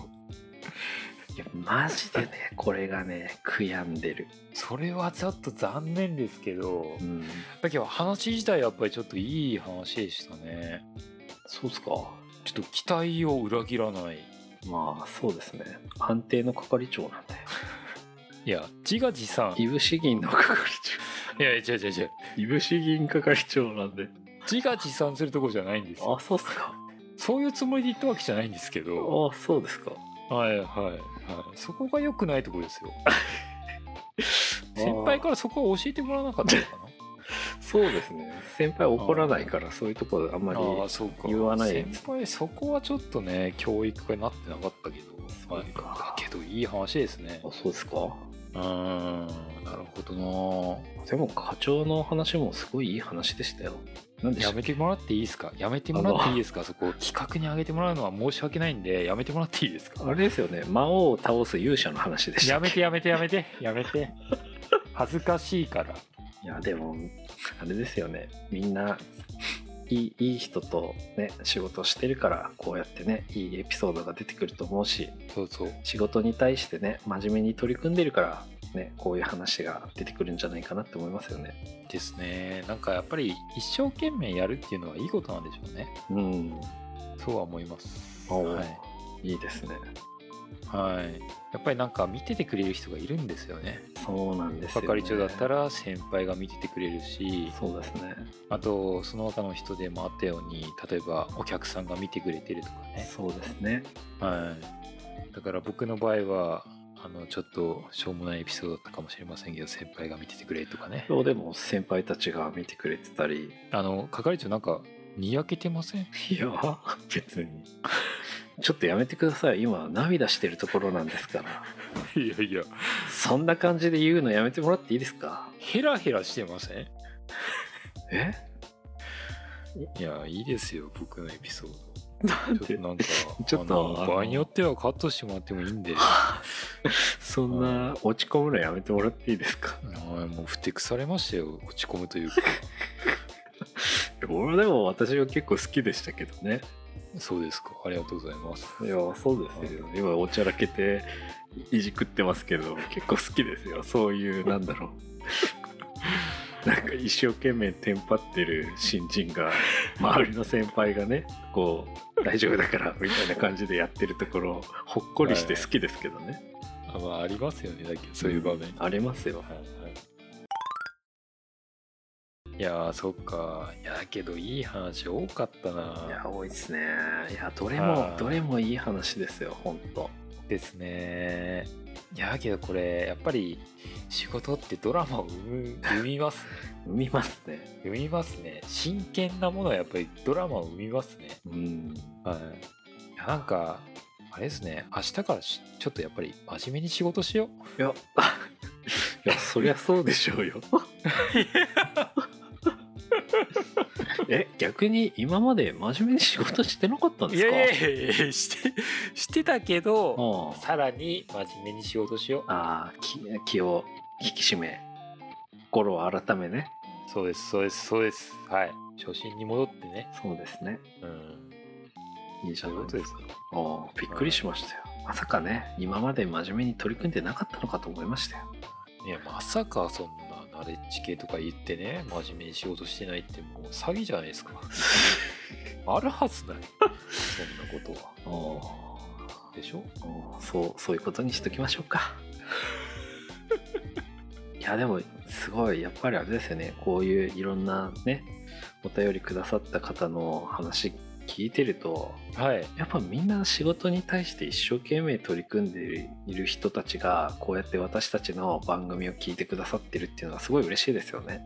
S1: いやマジでねこれがね悔やんでる、
S2: それはちょっと残念ですけどだけど話自体やっぱりちょっといい話でしたね
S1: そうっすか
S2: ちょっと期待を裏切らない
S1: まあそうですね安定の係長なんだよ
S2: いや自画自賛
S1: いぶし銀の係
S2: いやいや違う違う違う
S1: 長いぶし銀係長なんで
S2: 自画自賛するとこじゃないんですよ
S1: あそうっすか
S2: そういうつもりで言ったわけじゃないんですけど
S1: あそうですか
S2: はいはいはいそこが良くないとこ ですよ先輩からそこは教えてもらわなかったのかな
S1: そうですね先輩怒らないからそういうところあんまり
S2: ああそうか
S1: 言わない
S2: 先輩そこはちょっとね教育がなってなかったけど
S1: そう
S2: はい
S1: か
S2: だけどいい話ですね
S1: あそうですか
S2: うーんなるほど
S1: でも課長の話もすごいいい話でしたよなん
S2: な
S1: でし
S2: や
S1: た
S2: めてもらっていいですかやめてもらっていいですかそこ企画に上げてもらうのは申し訳ないんでやめてもらっていいですか
S1: あれですよね魔王を倒す勇者の話でした
S2: やめてやめてやめてやめて恥ずかしいから
S1: いやでもあれですよねみんないいいい人とね仕事をしてるからこうやってねいいエピソードが出てくると思うし
S2: そうそう
S1: 仕事に対してね真面目に取り組んでるから、ね、こういう話が出てくるんじゃないかなって思いますよね。
S2: ですねなんかやっぱり一生懸命やるっていうのはいいことなんでしょうね
S1: うん
S2: そうは思います
S1: おう
S2: はい
S1: いいですね。
S2: はい、やっぱりなんか見ててくれる人がいるんですよね
S1: そうなんですよ、ね。
S2: 係長だったら先輩が見ててくれるし
S1: そうですね。
S2: あとその他の人でもあったように例えばお客さんが見てくれてるとかね、
S1: そうですね。
S2: はい、だから僕の場合はあのちょっとしょうもないエピソードだったかもしれませんけど先輩が見ててくれるとかね
S1: そうでも先輩たちが見てくれてたり
S2: あの係長なんかにやけてません
S1: いや別にちょっとやめてください今涙してるところなんですから。
S2: いやいや
S1: そんな感じで言うのやめてもらっていいですか
S2: ヘラヘラしてません
S1: え
S2: いやいいですよ僕のエピソード
S1: なん
S2: ちょっとなんか
S1: ちょっと
S2: あの
S1: あの
S2: 場合によってはカットしてもらってもいいんで
S1: そんな落ち込むのやめてもらっていいですか
S2: はいもうふてくされましたよ落ち込むというか
S1: 俺でも私は結構好きでしたけどね
S2: そうですかありがとうございます
S1: いやそうですよ今おちゃらけていじくってますけど結構好きですよそういうなんだろ うなんか一生懸命テンパってる新人が周りの先輩がねこう大丈夫だからみたいな感じでやってるところほっこりして好きですけどね、
S2: あ,、まあ、ありますよねだけどそういう場面、
S1: ありますよ
S2: はいはいいやーそっかいやだけどいい話多かった
S1: いや
S2: な
S1: 多いですねいやどれ
S2: は
S1: も
S2: い
S1: どれもいい話ですよ本当
S2: ですねいやけどこれやっぱり仕事ってドラマを生む生み ますね
S1: 生みますね
S2: 生みますね真剣なものはやっぱりドラマを生みますね
S1: うん
S2: はいいやなんかあれですね明日からしちょっとやっぱり真面目に仕事しよ
S1: い
S2: う
S1: や いやそりゃそうでしょう よえ逆に今まで真面目に仕事してなかったんですか
S2: やいやいやしてしてたけど
S1: あ
S2: さらに真面目に仕事しよ
S1: あー気気を引き締め心を改めね
S2: うそうですそうですそうですはい初心に戻ってね
S1: そうですね
S2: うん
S1: いいじゃないですか
S2: そういうこ
S1: おーびっくりしましたよまさかね今まで真面目に取り組んでなかったのかと思いましたよ
S2: とですいやまさかそんなナレッジ系とか言ってね真面目に仕事してないってもう詐欺じゃないですか あるはずないそんなこ
S1: お
S2: とは
S1: お
S2: でしょ
S1: ーおーそうそういうことにしときましょう かいやでもすごいやっぱりあれですよねこういういろんなねお便りくださった方の話聞いてると
S2: はい
S1: やっぱみんな仕事に対して一生懸命取り組んでいる人たちがこうやって私たちの番組を聞いてくださってるっていうのはすごい嬉しいですよね。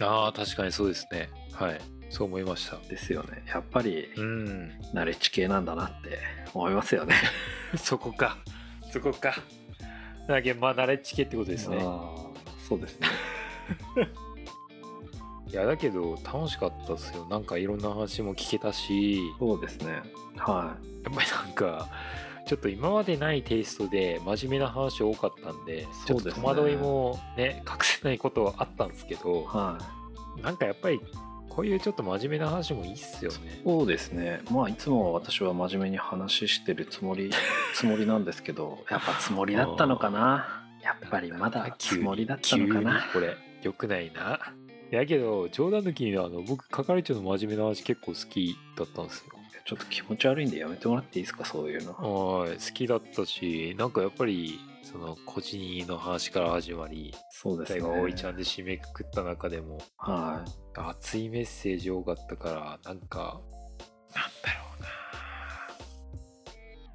S2: ああ確かにそうですねはいそう思いました
S1: ですよね。やっぱり
S2: うん
S1: ナレッジ系なんだなって思いますよね。
S2: そこか。そこか。だけどまあ、慣れちけってことですね。
S1: あー そうですね。
S2: いや、だけど、楽しかったですよ。なんかいろんな話も聞けたし、
S1: そうですね。は
S2: やっぱりなんか、ちょっと今までないテイストで真面目な話多かったんで、ち
S1: そ
S2: ょ
S1: う
S2: っ
S1: ですね
S2: と戸惑いもね、隠せないことはあったんですけ
S1: い。
S2: ど、
S1: はい。
S2: なんかやっぱり、こういうちょっと真面目な話もいいっすよね。
S1: そうですね。まあいつも私は真面目に話してるつも り、つもりなんですけど、やっぱつもりだったのかな。やっぱりまだつもりだったのかな。
S2: 急に急にこれ、よくないな。いやけど、冗談抜きにあの、僕、係長の真面目な話結構好きだったんですよ。
S1: ちょっと気持ち悪いんでやめてもらっていいですか、そういうの。
S2: はい好きだったしなんかやっぱりその個人の話から始まり
S1: そうです
S2: 大
S1: ね。
S2: が葵ちゃんで締めくくった中でも
S1: はい。
S2: 熱いメッセージ多かったからなんかなんだろうな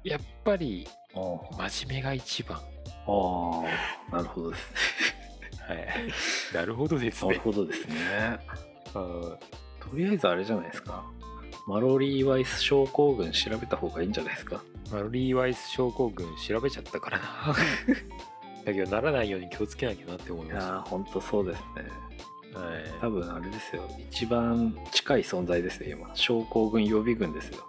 S2: やっぱり
S1: あー
S2: 真面目が一番
S1: あー、なるほどですね。
S2: はい なるほどです
S1: なる
S2: ね
S1: ほどですね。
S2: うん
S1: とりあえずあれじゃないですか。マロリー・ワイス症候群調べた方がいいんじゃないですか。
S2: マロリー・ワイス症候群調べちゃったから なだけどならないように気をつけなきゃなって思い
S1: い
S2: まし
S1: やー、ほんとそうですね。
S2: た、はい、
S1: 多分あれですよ。一番近い存在ですよ、今。症候群予備軍ですよ。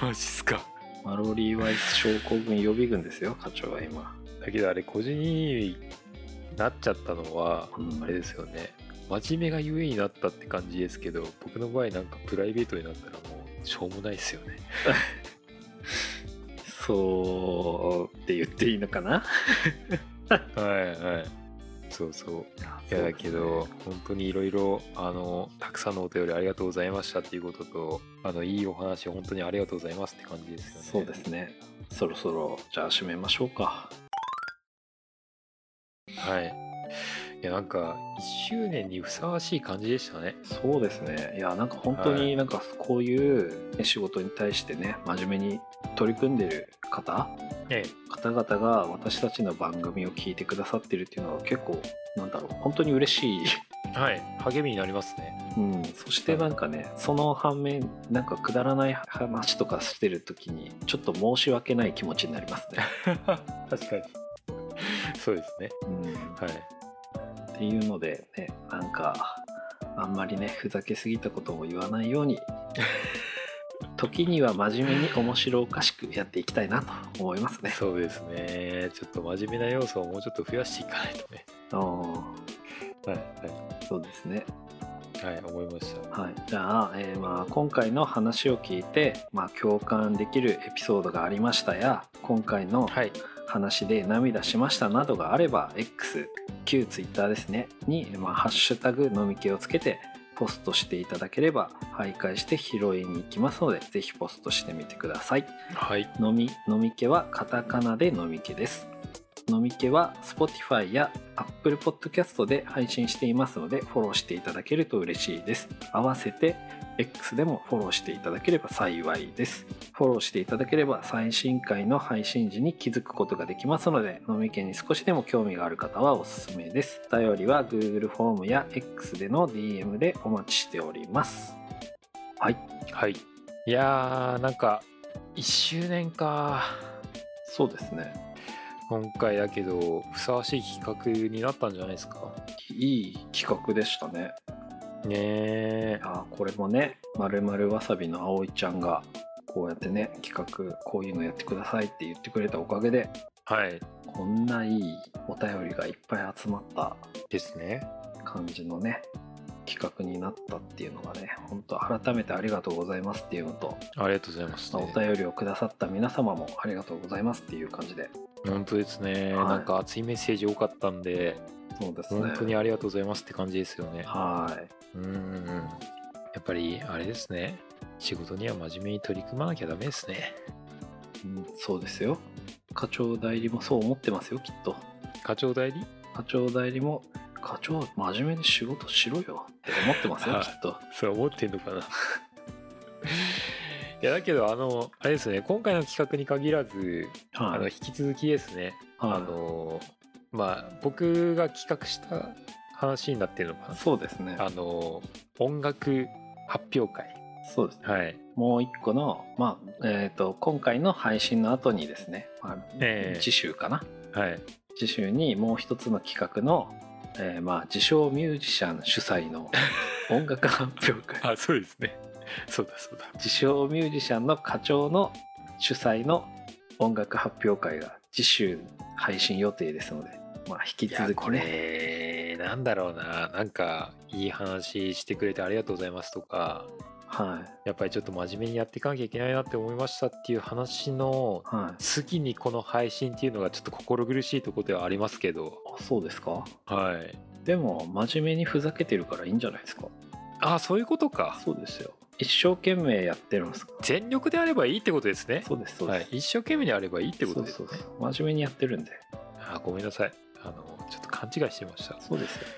S2: マジっすか
S1: マロリー・ワイス症候群予備軍ですよ、課長は今。
S2: だけどあれ個人になっちゃったのは
S1: うん
S2: あれですよね真面目がゆえになったって感じですけど僕の場合なんかプライベートになったらもうしょうもないですよね
S1: そうって言っていいのかな
S2: はいはいそうそういやだけど、本当にいろいろあのたくさんのお便りありがとうございましたっていうこととあのいいお話本当にありがとうございますって感じですよね
S1: そうですね。そろそろ、じゃあ締めましょうか。
S2: はいいやなんか1周年にふさわしい感じでしたね
S1: そうですねいやなんか本当
S2: は
S1: に
S2: い
S1: なんかこういうね仕事に対してね真面目に取り組んでる方
S2: え
S1: 方々が私たちの番組を聞いてくださってるっていうのは結構なんだろう本当に嬉しい、
S2: えはい励みになりますね
S1: うん、そしてなんかねその反面なんかくだらない話とかしてる時にちょっと申し訳ない気持ちになりますね、
S2: 確かにそうですね
S1: うん、
S2: はい
S1: っていうのでねなんかあんまりねふざけすぎたことも言わないように時には真面目に面白おかしくやっていきたいなと思いますね。
S2: そうですねちょっと真面目な要素をもうちょっと増やしていかないとね
S1: うん
S2: はい
S1: そうですね、
S2: はい、はい、思いました
S1: はい、じゃあ,、えーまあ今回の話を聞いて、まあ、共感できるエピソードがありましたや今回の
S2: はい
S1: 話で涙しましたなどがあれば X 旧 Twitter ですねに、まあ、ハッシュタグ飲み気をつけてポストしていただければ徘徊して拾いに行きますのでぜひポストしてみてください
S2: はい
S1: 飲み飲み気はカタカナで飲み気です飲み気は Spotify や Apple Podcast で配信していますのでフォローしていただけると嬉しいです合わせて X でもフォローしていただければ幸いですフォローしていただければ最新回の配信時に気づくことができますので飲み家に少しでも興味がある方はおすすめです頼りは Google フォームや X での DM でお待ちしておりますはい
S2: はい。いやー、なんか、1周年か。
S1: そうですね
S2: 今回だけど、ふさわしい企画になったんじゃないですか。
S1: いい企画でしたね
S2: ねえ。
S1: あーこれもね「まるまるわさび」の葵ちゃんがこうやってね企画こういうのやってくださいって言ってくれたおかげで
S2: はい。
S1: こんないいお便りがいっぱい集まった
S2: ですね。
S1: 感じのね企画になったっていうのがね本当改めてありがとうございますっていうのと、
S2: ありがとうございます、
S1: まあお便りをくださった皆様もありがとうございますっていう感じで
S2: 本当ですね、
S1: はい
S2: なんか熱いメッセージ多かったんで、
S1: そうですね
S2: 本当にありがとうございますって感じですよね。
S1: はい
S2: うんうんうん。やっぱり、あれですね。仕事には真面目に取り組まなきゃダメですね。
S1: うんそうですよ課長代理もそう思ってますよきっと
S2: 課長代理
S1: 課長代理も課長真面目に仕事しろよって思ってますよ
S2: はい
S1: きっと
S2: そう思ってんのかな いやだけどあのあれですね今回の企画に限らず、あ
S1: は
S2: の引
S1: い
S2: き続きですね、あ
S1: は
S2: のまあ僕が企画した話になってるのか
S1: いそうですね
S2: なあの音楽発表会
S1: そうですね
S2: はい
S1: もう一個のまあえっ、と今回の配信の後にですね、まあ
S2: ええ
S1: 次週かな
S2: はい
S1: 次週にもう一つの企画の、えーまあ自称ミュージシャン主催 の音楽発表会
S2: あそうですねそうだそうだ
S1: 自称ミュージシャンの課長の主催の音楽発表会が次週配信予定ですので、まあ、引き
S2: いや
S1: 続き
S2: こ
S1: ね
S2: れなんだろうななんかいい話してくれてありがとうございますとか
S1: はい
S2: やっぱりちょっと真面目にやっていかなきゃいけないなって思いましたっていう話の
S1: はい
S2: 次にこの配信っていうのがちょっと心苦しいところではありますけど
S1: あそうですか
S2: はい
S1: でも真面目にふざけてるからいいんじゃないですか
S2: あそういうことか
S1: そうですよ一生懸命やってるんですか
S2: 全力であればいいってことですね
S1: そうですそう
S2: は
S1: で
S2: い
S1: す、、
S2: 一生懸命にあればいいってことです
S1: そ
S2: ね
S1: うそうそう真面目にやってるんで
S2: あごめんなさいあのちょっと勘違いしてましたい
S1: そうですよ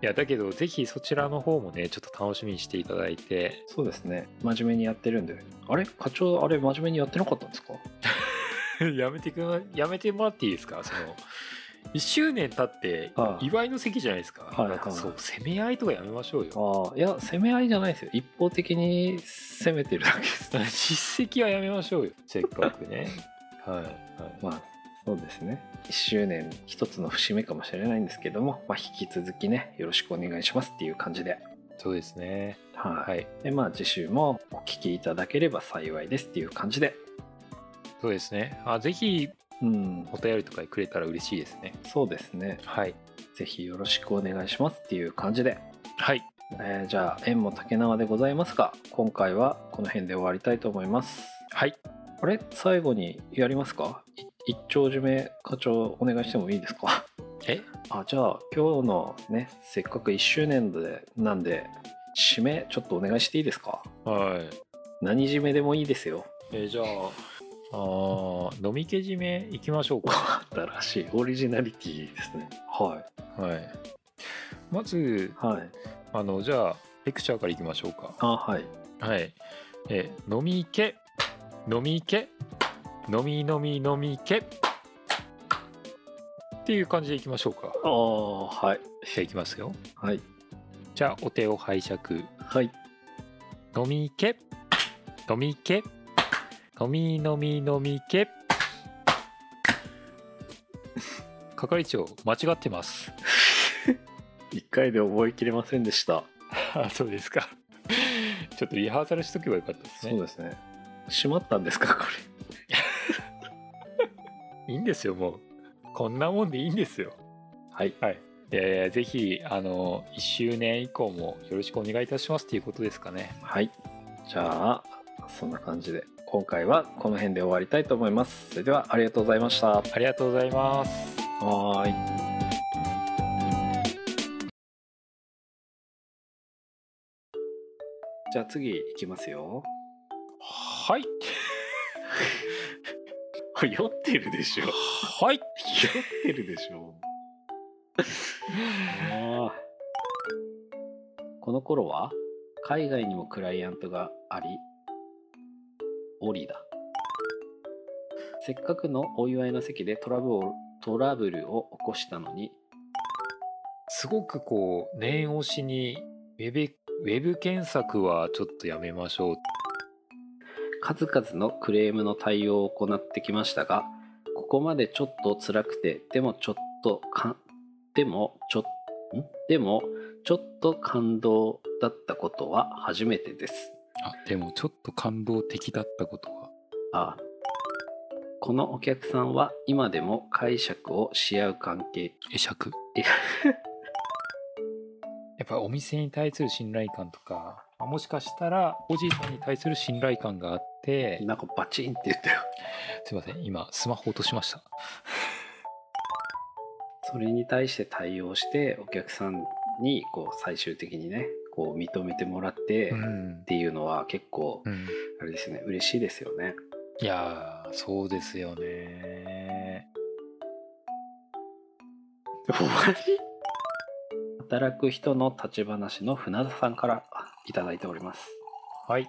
S2: やだけどぜひそちらの方もねちょっと楽しみにしていただいて
S1: そうですね真面目にやってるんであれ課長あれ真面目にやってなかったんですか
S2: やめてくなやめてもらっていいですかその1周年経って
S1: はい
S2: 祝いの席じゃないですか,、
S1: はい
S2: なんかそ
S1: は
S2: う
S1: い
S2: 攻め合いとかやめましょうよ
S1: あ あいや攻め合いじゃないですよ一方的に攻めてるだけです
S2: 実績はやめましょうよせっかくねはい、はい、
S1: まあそうですね1周年一つの節目かもしれないんですけども、まあ、引き続きねよろしくお願いしますっていう感じで
S2: そうですね
S1: はい、
S2: はい
S1: でまあ次週もお聞きいただければ幸いですっていう感じで
S2: そうですねあぜひ
S1: うん
S2: お便りとかくれたら嬉しいですね
S1: そうですね
S2: はい
S1: ぜひよろしくお願いしますっていう感じで
S2: はい
S1: えーじゃあ縁も竹縄でございますが今回はこの辺で終わりたいと思います
S2: はい
S1: あれ最後にやりますかい一丁締め課長お願いしてもいいですか
S2: え
S1: あじゃあ今日のねせっかく1周年でなんで締めちょっとお願いしていいですか
S2: はい
S1: 何締めでもいいですよ
S2: えじゃああー飲みけじめいきましょう か
S1: 新しいオリジナリティですねはい
S2: はいまず
S1: はい
S2: あのじゃあレクチャーからいきましょうか
S1: あはい
S2: はい。えー、飲み行け、飲み行け、飲み飲み飲み行け。っていう感じでいきましょうか。
S1: ああはい
S2: じゃあいきますよ。
S1: はい
S2: じゃあお手を拝借。
S1: はい
S2: 飲み行け、飲み行け、飲み飲み飲み行け。 係長間違ってます。
S1: 1回で覚えきれませんでした
S2: あ、そうですか。 ちょっとリハーサルしとけばよかったです
S1: そう
S2: ね。
S1: ですね閉まったんですか これ
S2: いいんですよ、もう。こんなもんでいいんですよ。
S1: はい
S2: えーぜひあの1周年以降もよろしくお願いいたしますということですかね
S1: はい。じゃあ、そんな感じで、今回はこの辺で終わりたいと思います。それでは、ありがとうございました。は
S2: ありがとうございます
S1: ーい。じゃあ次いきますよ。
S2: はい
S1: 酔ってるでしょ。酔
S2: はい
S1: ってるでしょ。あーこの頃は海外にもクライアントがありオリだせっかくのお祝いの席でトラブルをトラブルを起こしたのに
S2: すごくこう念押しにウェブウェブ検索はちょっとやめましょう
S1: 数々のクレームの対応を行ってきましたがここまでちょっと辛くてでもちょっとかんでもちょんでもちょっと感動だったことは初めてです
S3: あでもちょっと感動的だったことは
S1: ああこのお客さんは今でも解釈をし合う関係
S3: 会釈
S2: やっぱお店に対する信頼感とかまあもしかしたらおじいさんに対する信頼感があって
S1: なんかバチンって言ったよ
S2: すいません今スマホ落としました
S1: それに対して対応してお客さんにこう最終的にねこう認めてもらってっ
S2: ん、
S1: ていうのは結構
S2: うん、
S1: あれですね嬉しいですよね
S2: いやーそうですよね
S1: 働く人の立ち話の船田さんからいただいております
S2: はい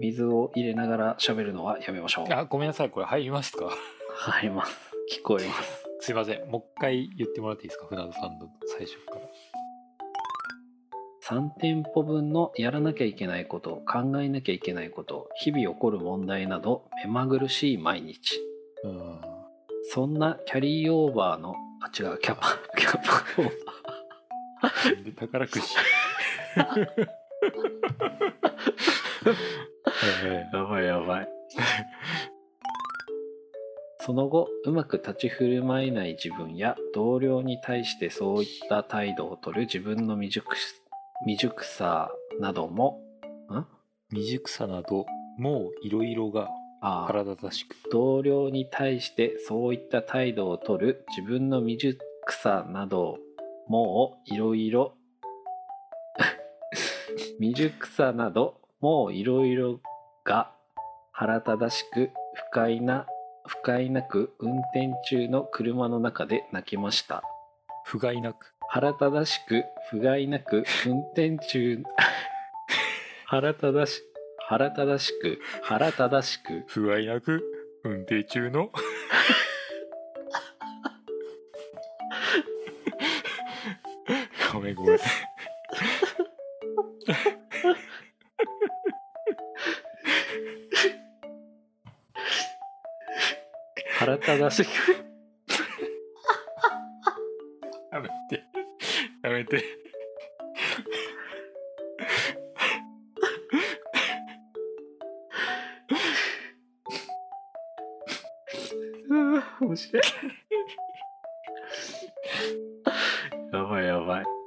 S1: 水を入れながら喋るのはやめましょう
S2: あごめんなさいこれ入りますか
S1: 入ります聞こえます
S2: すいませんもう一回言ってもらっていいですか船田さんの最初から
S1: 3店舗分のやらなきゃいけないこと考えなきゃいけないこと日々起こる問題など目まぐるしい毎日
S2: うん
S1: そんなキャリーオーバーのあ違うキャパ キャパオーバー
S2: なんで宝くじはいはい
S1: やばいやばい。 その後、うまく立ち振る舞えない自分や同僚に対してそういった態度をとる自分の未熟し未熟さなども、んあ
S2: 未熟さなどもういろいろが
S1: あ
S2: 腹立たしく
S1: 同僚に対してそういった態度をとる自分の未熟さなどもういろいろ 未熟さなどもういろいろが腹立たしく不快な不快なく運転中の車の中で泣きました
S2: 不甲斐なく
S1: 腹立たしく不甲斐なく運転中 腹立たし腹立たしく腹立たしく
S2: 不甲斐なく運転中 のごめんごめん
S1: 腹立たしく
S2: やめてやめて
S1: 面白い。やばいやばい。